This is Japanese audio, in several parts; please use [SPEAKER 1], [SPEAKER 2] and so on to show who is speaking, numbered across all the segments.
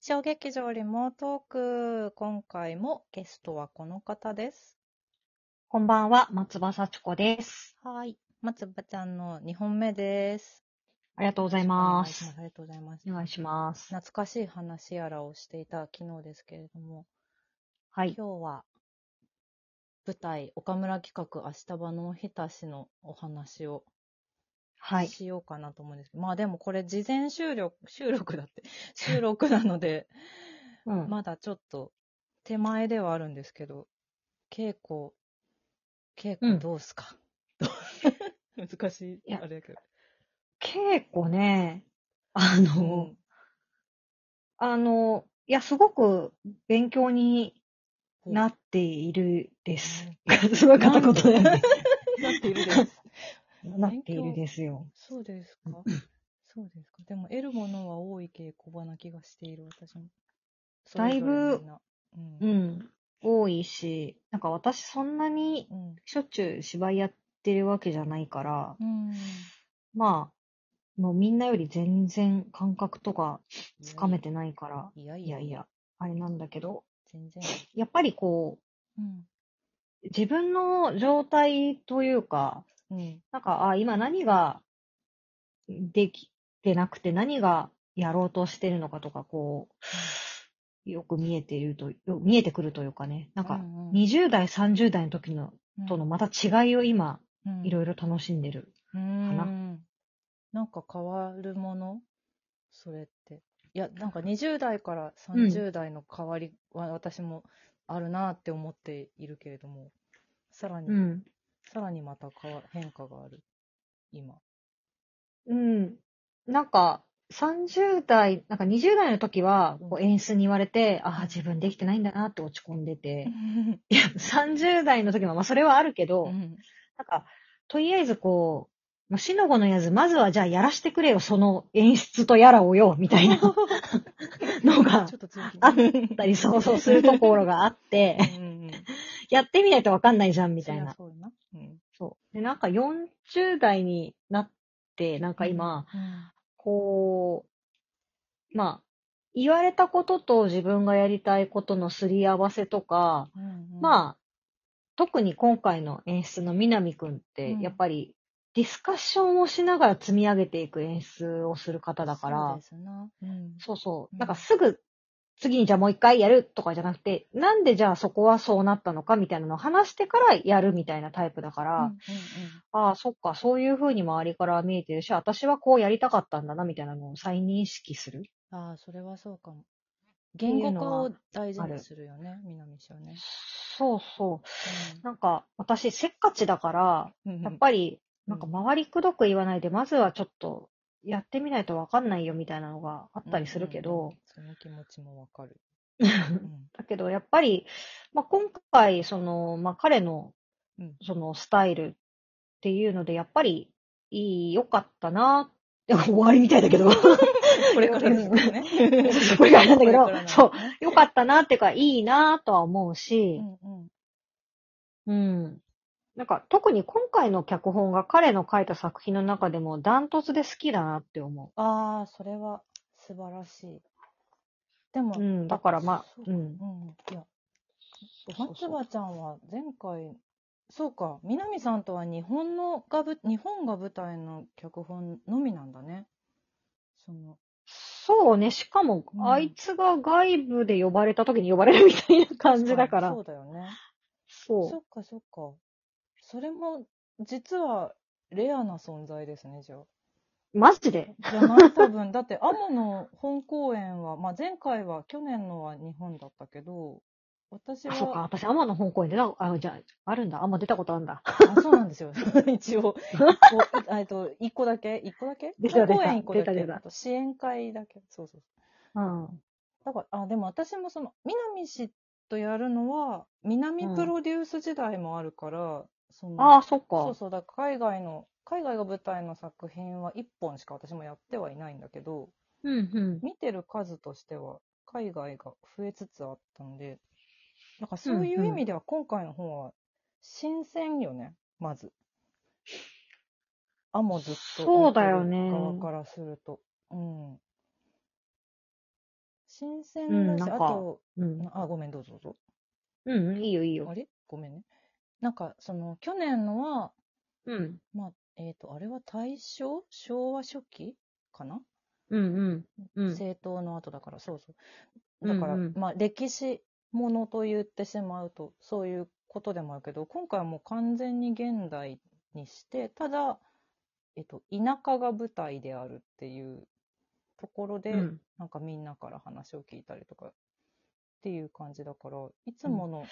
[SPEAKER 1] 小劇場リモートーク、今回もゲストはこの方です。
[SPEAKER 2] こんばんは、松葉幸子です。
[SPEAKER 1] はい。松葉ちゃんの2本目です。
[SPEAKER 2] ありがとうございます。
[SPEAKER 1] ありがとうございます。
[SPEAKER 2] お願いします。
[SPEAKER 1] 懐かしい話やらをしていた昨日ですけれども、
[SPEAKER 2] はい。
[SPEAKER 1] 今日は舞台岡村企画明日場の浸しのお話を
[SPEAKER 2] はい。
[SPEAKER 1] しようかなと思うんですけど、まあでもこれ事前収録、収録だって、収録なので、
[SPEAKER 2] うん。
[SPEAKER 1] まだちょっと手前ではあるんですけど、稽古、稽
[SPEAKER 2] う
[SPEAKER 1] 古
[SPEAKER 2] ん
[SPEAKER 1] どうすか、 難しい、
[SPEAKER 2] いや
[SPEAKER 1] あれやけど。
[SPEAKER 2] 稽古ね、あの、あの、いや、すごく勉強に
[SPEAKER 1] うん
[SPEAKER 2] なっているです。 す
[SPEAKER 1] う
[SPEAKER 2] ご
[SPEAKER 1] ん
[SPEAKER 2] い片言だよね。
[SPEAKER 1] なっているです。
[SPEAKER 2] なっているですよ。
[SPEAKER 1] そうですか。そうですか。でも得るものは多い稽古場な気がしている、私も。それぞれ
[SPEAKER 2] だいぶ
[SPEAKER 1] みんな
[SPEAKER 2] う
[SPEAKER 1] うん。
[SPEAKER 2] ん。多いし、なんか私そんなに
[SPEAKER 1] うん。
[SPEAKER 2] しょっちゅう芝居やってるわけじゃないから、
[SPEAKER 1] うん。
[SPEAKER 2] まあ、もうみんなより全然感覚とかつかめてないから、
[SPEAKER 1] いやい
[SPEAKER 2] い
[SPEAKER 1] や
[SPEAKER 2] やいや、あれなんだけど、
[SPEAKER 1] 全然。
[SPEAKER 2] やっぱりこ
[SPEAKER 1] うん。
[SPEAKER 2] う、自分の状態というか、
[SPEAKER 1] うん。
[SPEAKER 2] なんか、あ、今何ができてなくて何がやろうとしてるのかとか、こう、よく見えていると、よ見えてくるというかね、なん
[SPEAKER 1] う
[SPEAKER 2] か、
[SPEAKER 1] んうん
[SPEAKER 2] 20代、30代の時の
[SPEAKER 1] うん
[SPEAKER 2] とのまた違いを今、
[SPEAKER 1] うん
[SPEAKER 2] いろいろ楽しんでる。
[SPEAKER 1] うー
[SPEAKER 2] なん
[SPEAKER 1] なんか変わるものそれって。いや、なんか20代から30代の変わりは私もあるなって思っているけれども、さらに、
[SPEAKER 2] うん。
[SPEAKER 1] さらにまた変わ変化がある、今。
[SPEAKER 2] うん。なんか、30代、なんか20代の時は、こう演出に言われて、ああ、自分できてないんだなって落ち込んでて、いや、30代の時も、まあそれはあるけど、
[SPEAKER 1] うん
[SPEAKER 2] なんか、とりあえずこう、もう、しのごのやつ、まずはじゃあやらしてくれよ、その演出とやらをよ、みた いなのが
[SPEAKER 1] ちょっと強気
[SPEAKER 2] あったり、そうそうするところがあって、 やってみないとわかんないじゃん、みたいな。
[SPEAKER 1] そうやそうやな。うん
[SPEAKER 2] そう。で、なんか40代になって、なんか今、こう、まあ、言われたことと自分がやりたいことのすり合わせとか、
[SPEAKER 1] うんうんあ、
[SPEAKER 2] まあ、特に今回の演出の南くんって、
[SPEAKER 1] うん
[SPEAKER 2] やっぱりディスカッションをしながら積み上げていく演出をする方だから、
[SPEAKER 1] そうですな。うん
[SPEAKER 2] そうそう
[SPEAKER 1] うん
[SPEAKER 2] なんかすぐ次にじゃあもう一回やるとかじゃなくて、なんでじゃあそこはそうなったのかみたいなのを話してからやるみたいなタイプだから、
[SPEAKER 1] うんうんうん
[SPEAKER 2] ああ、そっか、そういう風に周りから見えてるし、私はこうやりたかったんだなみたいなのを再認識する。
[SPEAKER 1] ああ、それはそうかも。
[SPEAKER 2] て
[SPEAKER 1] 言
[SPEAKER 2] いう
[SPEAKER 1] 語
[SPEAKER 2] の
[SPEAKER 1] 化
[SPEAKER 2] は
[SPEAKER 1] を大事
[SPEAKER 2] あ
[SPEAKER 1] に
[SPEAKER 2] る
[SPEAKER 1] するよね、南氏はね。
[SPEAKER 2] そうそう。なんか私せっかちだから、
[SPEAKER 1] うん
[SPEAKER 2] やっぱり、
[SPEAKER 1] うん
[SPEAKER 2] なんか周りくどく言わないで、まずはちょっとやってみないとわかんないよみたいなのがあったりするけ
[SPEAKER 1] うんうんう
[SPEAKER 2] ど
[SPEAKER 1] ん、その気持ちもわかる。
[SPEAKER 2] だけどやっぱり、まあ、今回、その、まあ、彼の
[SPEAKER 1] うん、
[SPEAKER 2] そのスタイルっていうので、やっぱり、いい、良かったな、い や終わりみたい だけど、
[SPEAKER 1] これからですからね。
[SPEAKER 2] これからなんだけ
[SPEAKER 1] これからな
[SPEAKER 2] ど
[SPEAKER 1] んだ、ね
[SPEAKER 2] そう、良かったなっていうか、いいなとは思う
[SPEAKER 1] う
[SPEAKER 2] し、
[SPEAKER 1] んうん
[SPEAKER 2] うん。なんか、特に今回の脚本が彼の書いた作品の中でも、ダントツで好きだなって思う。
[SPEAKER 1] ああ、それは素晴らしい。でも、
[SPEAKER 2] うん、だからまあ、
[SPEAKER 1] そう
[SPEAKER 2] う
[SPEAKER 1] うんう
[SPEAKER 2] ん。
[SPEAKER 1] ん、いや、
[SPEAKER 2] そう
[SPEAKER 1] 松
[SPEAKER 2] そう
[SPEAKER 1] 葉ちゃんは前回、そうか、南さんとは日本のがぶ、日本が舞台の脚本のみなんだね。その、
[SPEAKER 2] そうね、しかも
[SPEAKER 1] う、ん
[SPEAKER 2] あいつが外部で呼ばれた時に呼ばれるみたいな感じだから
[SPEAKER 1] そう、だよね。そ
[SPEAKER 2] そ
[SPEAKER 1] っかそっか。それも、実は、レアな存在ですね、じゃ
[SPEAKER 2] う、マジで。
[SPEAKER 1] あ。じゃない多分。だって、アモの本公演は、まあ前回は、去年のは日本だったけど、私は、
[SPEAKER 2] あ、そうか、私、アマの本公演出た、あ、じゃあ、あるんだ、アマ出たことあるんだ。
[SPEAKER 1] あそうなんですよ。 一応、一個えっと、一個だけ、一個だけ
[SPEAKER 2] 出た出た
[SPEAKER 1] 本公演一個だけ
[SPEAKER 2] 出た出た
[SPEAKER 1] あと支援会だけ。そうそう。
[SPEAKER 2] うん。
[SPEAKER 1] だから、あ、でも私もその、南氏とやるのは、南プロデュース時代もあるから、その
[SPEAKER 2] ああ、そっ
[SPEAKER 1] そう
[SPEAKER 2] か。
[SPEAKER 1] そう、だから海外の、海外が舞台の作品は1本しか私もやってはいないんだけど、
[SPEAKER 2] うん、うん。
[SPEAKER 1] 見てる数としては海外が増えつつあったんで、なんかそういう意味では今回の方は新鮮よね、まず。あもずっと。
[SPEAKER 2] そうだよ
[SPEAKER 1] 見
[SPEAKER 2] ね
[SPEAKER 1] てる側からすると。うん。新鮮だし、
[SPEAKER 2] うんな
[SPEAKER 1] あ
[SPEAKER 2] んか
[SPEAKER 1] と、
[SPEAKER 2] うん。
[SPEAKER 1] あ、ごめん、どうぞどうぞ。
[SPEAKER 2] うんうん、いいよいい
[SPEAKER 1] あ
[SPEAKER 2] よ。
[SPEAKER 1] れごめんね。なんか、その、去年のは、
[SPEAKER 2] うん。
[SPEAKER 1] まあ、えっ、と、あれは大正昭和初期かな、
[SPEAKER 2] うんうん。うん。
[SPEAKER 1] 政党の後だから、そうそう。
[SPEAKER 2] うんう
[SPEAKER 1] だ
[SPEAKER 2] ん
[SPEAKER 1] から、まあ、歴史ものと言ってしまうと、そういうことでもあるけど、今回はもう完全に現代にして、ただ、えっ、と、田舎が舞台であるっていうところで、
[SPEAKER 2] うん
[SPEAKER 1] なんかみんなから話を聞いたりとかっていう感じだから、いつもの、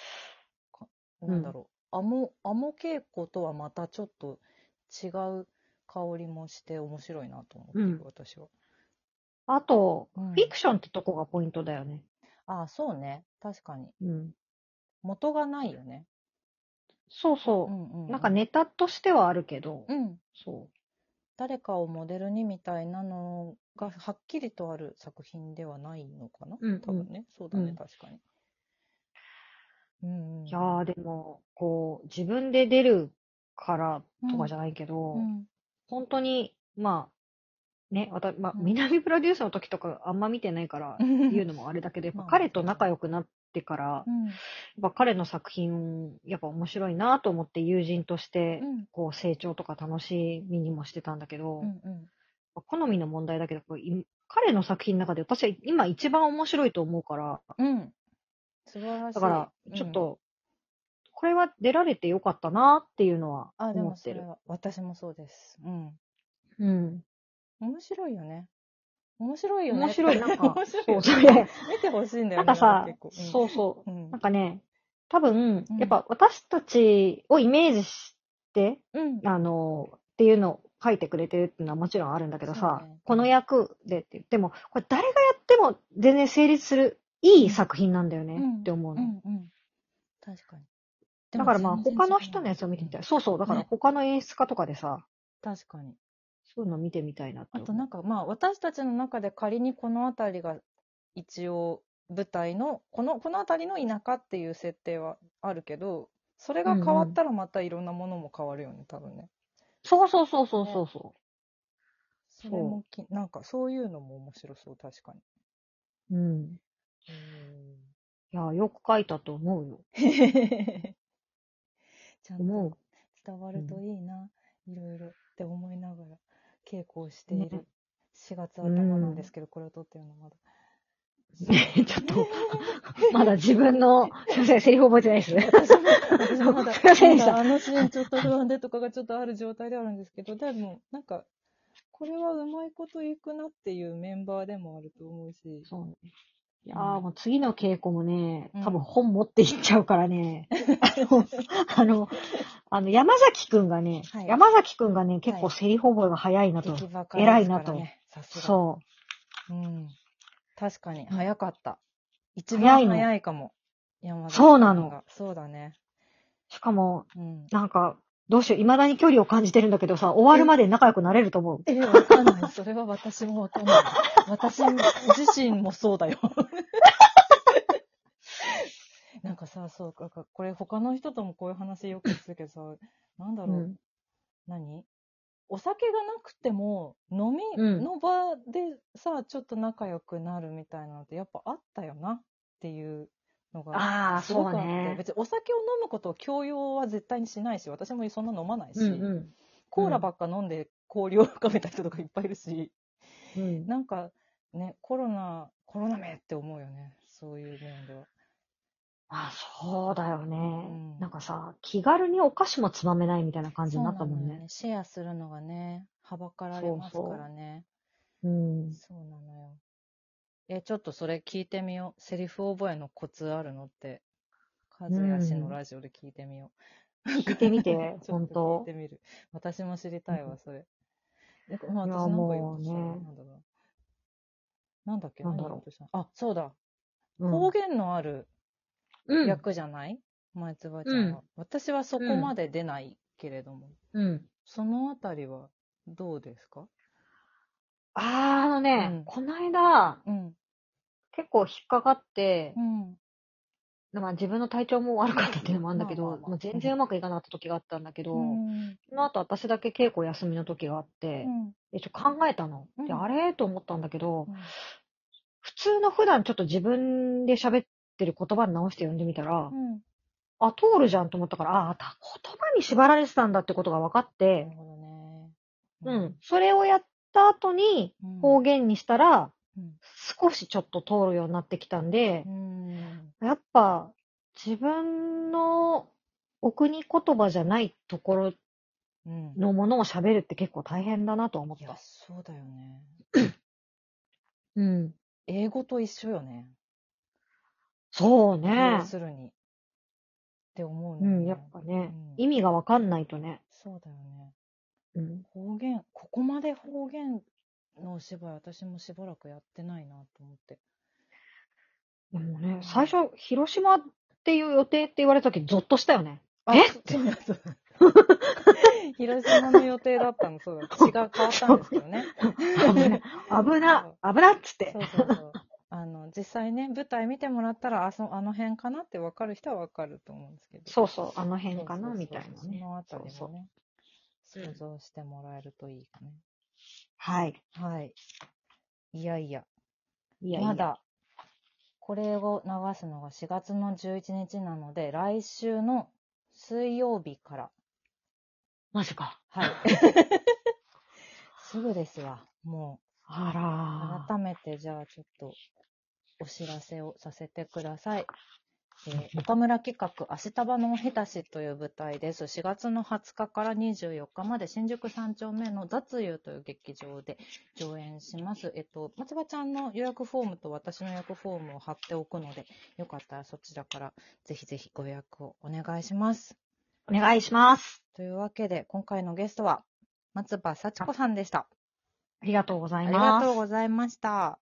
[SPEAKER 1] かなんだろう、あも、あも稽古とはまたちょっと違う香りもして面白いなと思ってる、
[SPEAKER 2] うん
[SPEAKER 1] 私は。
[SPEAKER 2] あと、
[SPEAKER 1] うん
[SPEAKER 2] フィクションってとこがポイントだよね。
[SPEAKER 1] ああ、そうね。確かに。
[SPEAKER 2] うん。
[SPEAKER 1] 元がないよね。
[SPEAKER 2] そう
[SPEAKER 1] う
[SPEAKER 2] そ
[SPEAKER 1] んうんう
[SPEAKER 2] う。
[SPEAKER 1] ん。
[SPEAKER 2] なんかネタとしてはあるけど、
[SPEAKER 1] うん。
[SPEAKER 2] そ
[SPEAKER 1] 誰かをモデルにみたいなのがはっきりとある作品ではないのかな、
[SPEAKER 2] うんうん
[SPEAKER 1] 多分ね。そうだね、
[SPEAKER 2] うん
[SPEAKER 1] 確かに。うん、うん。
[SPEAKER 2] う。いやーでも、こう、自分で出るからとかじゃないけど、
[SPEAKER 1] うん、
[SPEAKER 2] 本当に、まあ、ね、わた、まあ、
[SPEAKER 1] うん
[SPEAKER 2] 南プロデュースの時とかあんま見て ないから言うのもあれだけど、やっぱ
[SPEAKER 1] まあ
[SPEAKER 2] 彼と仲良くなってから、やっ
[SPEAKER 1] うん。
[SPEAKER 2] ぱ彼の作品、やっぱ面白いなと思って友人として
[SPEAKER 1] う、ん。
[SPEAKER 2] こう成長とか楽しみにもしてたんだけど、
[SPEAKER 1] うんうん。
[SPEAKER 2] まあ好みの問題だけど、こうい彼の作品の中で私は今一番面白いと思うから、
[SPEAKER 1] うん。素晴らしい。
[SPEAKER 2] だから、ちょっと、これは出られてよかったなっていうのは
[SPEAKER 1] うん、あ、で
[SPEAKER 2] 思
[SPEAKER 1] も
[SPEAKER 2] っ
[SPEAKER 1] そ
[SPEAKER 2] て
[SPEAKER 1] れ
[SPEAKER 2] る。
[SPEAKER 1] は、私もそうです。うん。
[SPEAKER 2] うん。
[SPEAKER 1] 面白いよね。面白いよね。
[SPEAKER 2] 面白い、なんか
[SPEAKER 1] 面白、い
[SPEAKER 2] そ
[SPEAKER 1] よ
[SPEAKER 2] う
[SPEAKER 1] ね
[SPEAKER 2] そういやいや。
[SPEAKER 1] 見てほしいんだ
[SPEAKER 2] な
[SPEAKER 1] よね。
[SPEAKER 2] んかさ
[SPEAKER 1] 結構、
[SPEAKER 2] そうそう
[SPEAKER 1] う。ん。
[SPEAKER 2] なんかね、多分
[SPEAKER 1] うん、
[SPEAKER 2] やっぱ私たちをイメージして、
[SPEAKER 1] うん。
[SPEAKER 2] あの、っていうのを書いてくれてるっていうのはもちろんあるんだけどさ、
[SPEAKER 1] そうね
[SPEAKER 2] この役でって言っても、これ誰がやっても全然成立するいい作品なんだよね
[SPEAKER 1] うん
[SPEAKER 2] って思う
[SPEAKER 1] う
[SPEAKER 2] の。
[SPEAKER 1] んうん。確かに。で
[SPEAKER 2] だ
[SPEAKER 1] も
[SPEAKER 2] からまあ
[SPEAKER 1] 全然
[SPEAKER 2] 他の
[SPEAKER 1] 違う
[SPEAKER 2] 人のやつを見てみた
[SPEAKER 1] う
[SPEAKER 2] い。
[SPEAKER 1] ん
[SPEAKER 2] そうそう、だから
[SPEAKER 1] ね
[SPEAKER 2] 他の演出家とかでさ、
[SPEAKER 1] 確かに。
[SPEAKER 2] そういうの見てみたいなって
[SPEAKER 1] あ
[SPEAKER 2] 思う
[SPEAKER 1] となんかまあ私たちの中で仮にこの辺りが一応舞台のこのこの辺りの田舎っていう設定はあるけどそれが変わったらまたいろんなものも変わるよね多分ね。
[SPEAKER 2] そうそうそうそうそうそ
[SPEAKER 1] それもきなんかそういうのも面白そう確 かに。
[SPEAKER 2] う。うん。いや、よく書いたと 思うよ。
[SPEAKER 1] ちゃん
[SPEAKER 2] 思う
[SPEAKER 1] と。伝わるといいな、いろいろって思いながら稽古をしてい
[SPEAKER 2] ね
[SPEAKER 1] る4月頭なんですけど、これを撮ってるのまだ。
[SPEAKER 2] ねちょっと、 まだ自分 の、すいません、セリフ覚えてないです。
[SPEAKER 1] 私も私もまだ、
[SPEAKER 2] すいませんでし
[SPEAKER 1] ま
[SPEAKER 2] た
[SPEAKER 1] だあのシーンちょっと不安でとかがちょっとある状態ではあるんですけど、でも、なんか、これはうまいこといくなっていうメンバーでもあると思うし、
[SPEAKER 2] そうね。いやーもう次の稽古もね
[SPEAKER 1] うん、
[SPEAKER 2] 多分本持っていっちゃうか らね。あの、あの、山崎くんがね、
[SPEAKER 1] はい
[SPEAKER 2] 山崎くんがね、結
[SPEAKER 1] は
[SPEAKER 2] 構
[SPEAKER 1] い
[SPEAKER 2] セリフ覚えが早いなと。
[SPEAKER 1] 劇場から
[SPEAKER 2] 偉いなと。
[SPEAKER 1] ね、さすが。。
[SPEAKER 2] そう
[SPEAKER 1] ん。確かに、
[SPEAKER 2] ん
[SPEAKER 1] 早かった。一
[SPEAKER 2] 早い
[SPEAKER 1] 番
[SPEAKER 2] の
[SPEAKER 1] 早いかも。山崎
[SPEAKER 2] そうなの
[SPEAKER 1] さんが。そうだね。
[SPEAKER 2] う。しかも、
[SPEAKER 1] うん。
[SPEAKER 2] なんか、どうしよう、未だに距離を感じてるんだけどさ、終わるまで仲良くなれると思う。
[SPEAKER 1] え、わかんない。それは私もわかんない。私自身もそう だよ。なんかさ、そうか、これ他の人ともこういう話よくするけどさ、なんだろう、
[SPEAKER 2] うん
[SPEAKER 1] 何お酒がなくても、飲み
[SPEAKER 2] うん
[SPEAKER 1] の場でさ、ちょっと仲良くなるみたいなのってやっぱあったよなっていうのが、
[SPEAKER 2] ああ、
[SPEAKER 1] すご
[SPEAKER 2] そう
[SPEAKER 1] くあって、
[SPEAKER 2] ね。
[SPEAKER 1] 別にお酒を飲むことを強要は絶対にしないし、私もそんな飲まないし、
[SPEAKER 2] うん
[SPEAKER 1] コーラばっか飲んで氷を深めた人とかいっぱいいるし、
[SPEAKER 2] うん。うん、
[SPEAKER 1] なんかね、コロナ、コロナめって思うよね、そういう面では。
[SPEAKER 2] あそうだよね、
[SPEAKER 1] ん
[SPEAKER 2] なんかさ、気軽にお菓子もつまめないみたいな感じになったもん
[SPEAKER 1] そうなのよ
[SPEAKER 2] ね。
[SPEAKER 1] シェアするのがね、はばかられますからね。
[SPEAKER 2] うん。
[SPEAKER 1] そうなのよ。え、ちょっとそれ聞いてみよう。セリフ覚えのコツあるのって、和也氏のラジオで聞いてみよう。
[SPEAKER 2] 聞いてみて
[SPEAKER 1] ちょっと
[SPEAKER 2] ほんと
[SPEAKER 1] 聞いてみる。私も知りたいうわ、それ。なんかまあ、
[SPEAKER 2] いや
[SPEAKER 1] 私なんか言お
[SPEAKER 2] も
[SPEAKER 1] う
[SPEAKER 2] う
[SPEAKER 1] とし
[SPEAKER 2] ね
[SPEAKER 1] たらなんだろう。なんだっけ
[SPEAKER 2] なんだろ
[SPEAKER 1] 何
[SPEAKER 2] う
[SPEAKER 1] 言おうとしたあ、そうだ。
[SPEAKER 2] うん
[SPEAKER 1] 方言のある
[SPEAKER 2] うん。
[SPEAKER 1] 役じゃない、前つばちゃんは、
[SPEAKER 2] うん
[SPEAKER 1] 私はそこまで出ないけれども、
[SPEAKER 2] うん。
[SPEAKER 1] そのあたりはどうですか
[SPEAKER 2] あー、あのね、
[SPEAKER 1] うん
[SPEAKER 2] こないだ、
[SPEAKER 1] うん。
[SPEAKER 2] 結構引っかかって
[SPEAKER 1] う、ん。
[SPEAKER 2] まあ自分の体調も悪かったっていうのもあるんだけど、
[SPEAKER 1] まあまあまあ
[SPEAKER 2] もう全然うまくいかなかった時があったんだけど、
[SPEAKER 1] うん。
[SPEAKER 2] その後私だけ稽古休みの時があって、
[SPEAKER 1] うん
[SPEAKER 2] でちょっと考えたの。で、
[SPEAKER 1] うん
[SPEAKER 2] あれと思ったんだけど、普通の普段ちょっと自分で喋ってる言葉に直して読んでみたら、
[SPEAKER 1] うん。
[SPEAKER 2] あ、通るじゃんと思ったから、ああ、た言葉に縛られてたんだってことが分かっ
[SPEAKER 1] な
[SPEAKER 2] て
[SPEAKER 1] る、ほどね。
[SPEAKER 2] うん。それをやった後に
[SPEAKER 1] うん。
[SPEAKER 2] 方言にしたら、
[SPEAKER 1] うん
[SPEAKER 2] 少しちょっと通るようになってきたんで
[SPEAKER 1] う、ん。
[SPEAKER 2] やっぱ自分のお国言葉じゃないところ
[SPEAKER 1] うん。
[SPEAKER 2] のものを喋るって結構大変だなとは思っ
[SPEAKER 1] いや
[SPEAKER 2] た、。
[SPEAKER 1] そうだよね。
[SPEAKER 2] うん。
[SPEAKER 1] 英語と一緒よね。
[SPEAKER 2] そうね
[SPEAKER 1] 要。するに。って思う
[SPEAKER 2] う
[SPEAKER 1] ね。
[SPEAKER 2] ん、やっぱね、
[SPEAKER 1] うん
[SPEAKER 2] 意味がわかんないとね。
[SPEAKER 1] そうだよね。
[SPEAKER 2] うん。
[SPEAKER 1] 方言、ここまで方言のお芝居、私もしばらくやってないなと思って。
[SPEAKER 2] でもね、最初、広島っていう予定って言われた時、ゾッとした よね。
[SPEAKER 1] あ
[SPEAKER 2] え
[SPEAKER 1] そうだそうだ広島の予定だったの、そうだ。血が変わったんですけどね。
[SPEAKER 2] 危な、危な、危なっつって
[SPEAKER 1] そ。うそうそう。あの、実際ね、舞台見てもらったら、あそ、あの辺かなって分かる人は分かると思うんですけど。
[SPEAKER 2] そうそう、あの
[SPEAKER 1] そうそうそう、
[SPEAKER 2] 辺かな、みたいな
[SPEAKER 1] そ
[SPEAKER 2] ね。
[SPEAKER 1] のあたり
[SPEAKER 2] そう
[SPEAKER 1] もね、想像してもらえるといいかね。
[SPEAKER 2] はい。
[SPEAKER 1] はい。いやいや、
[SPEAKER 2] いやいや
[SPEAKER 1] ま。だ、これを流すのが4月の11日なので、来週の水曜日から。
[SPEAKER 2] マジか。
[SPEAKER 1] はい。すぐですわ。もう、
[SPEAKER 2] あら
[SPEAKER 1] 改めて、じゃあちょっと、お知らせをさせてください。えー岡村企画、明日場のおへたしという舞台です。4月の20日から24日まで、新宿三丁目の雑湯という劇場で上演します。えっと、松葉ちゃんの予約フォームと私の予約フォームを貼っておくので、よかったらそちらからぜひぜひご予約をお願いします。
[SPEAKER 2] お願いします。
[SPEAKER 1] というわけで、今回のゲストは、松葉幸子さんでした。
[SPEAKER 2] ありがとうござ
[SPEAKER 1] あ
[SPEAKER 2] い
[SPEAKER 1] り
[SPEAKER 2] ま
[SPEAKER 1] が
[SPEAKER 2] す
[SPEAKER 1] とう。ございました。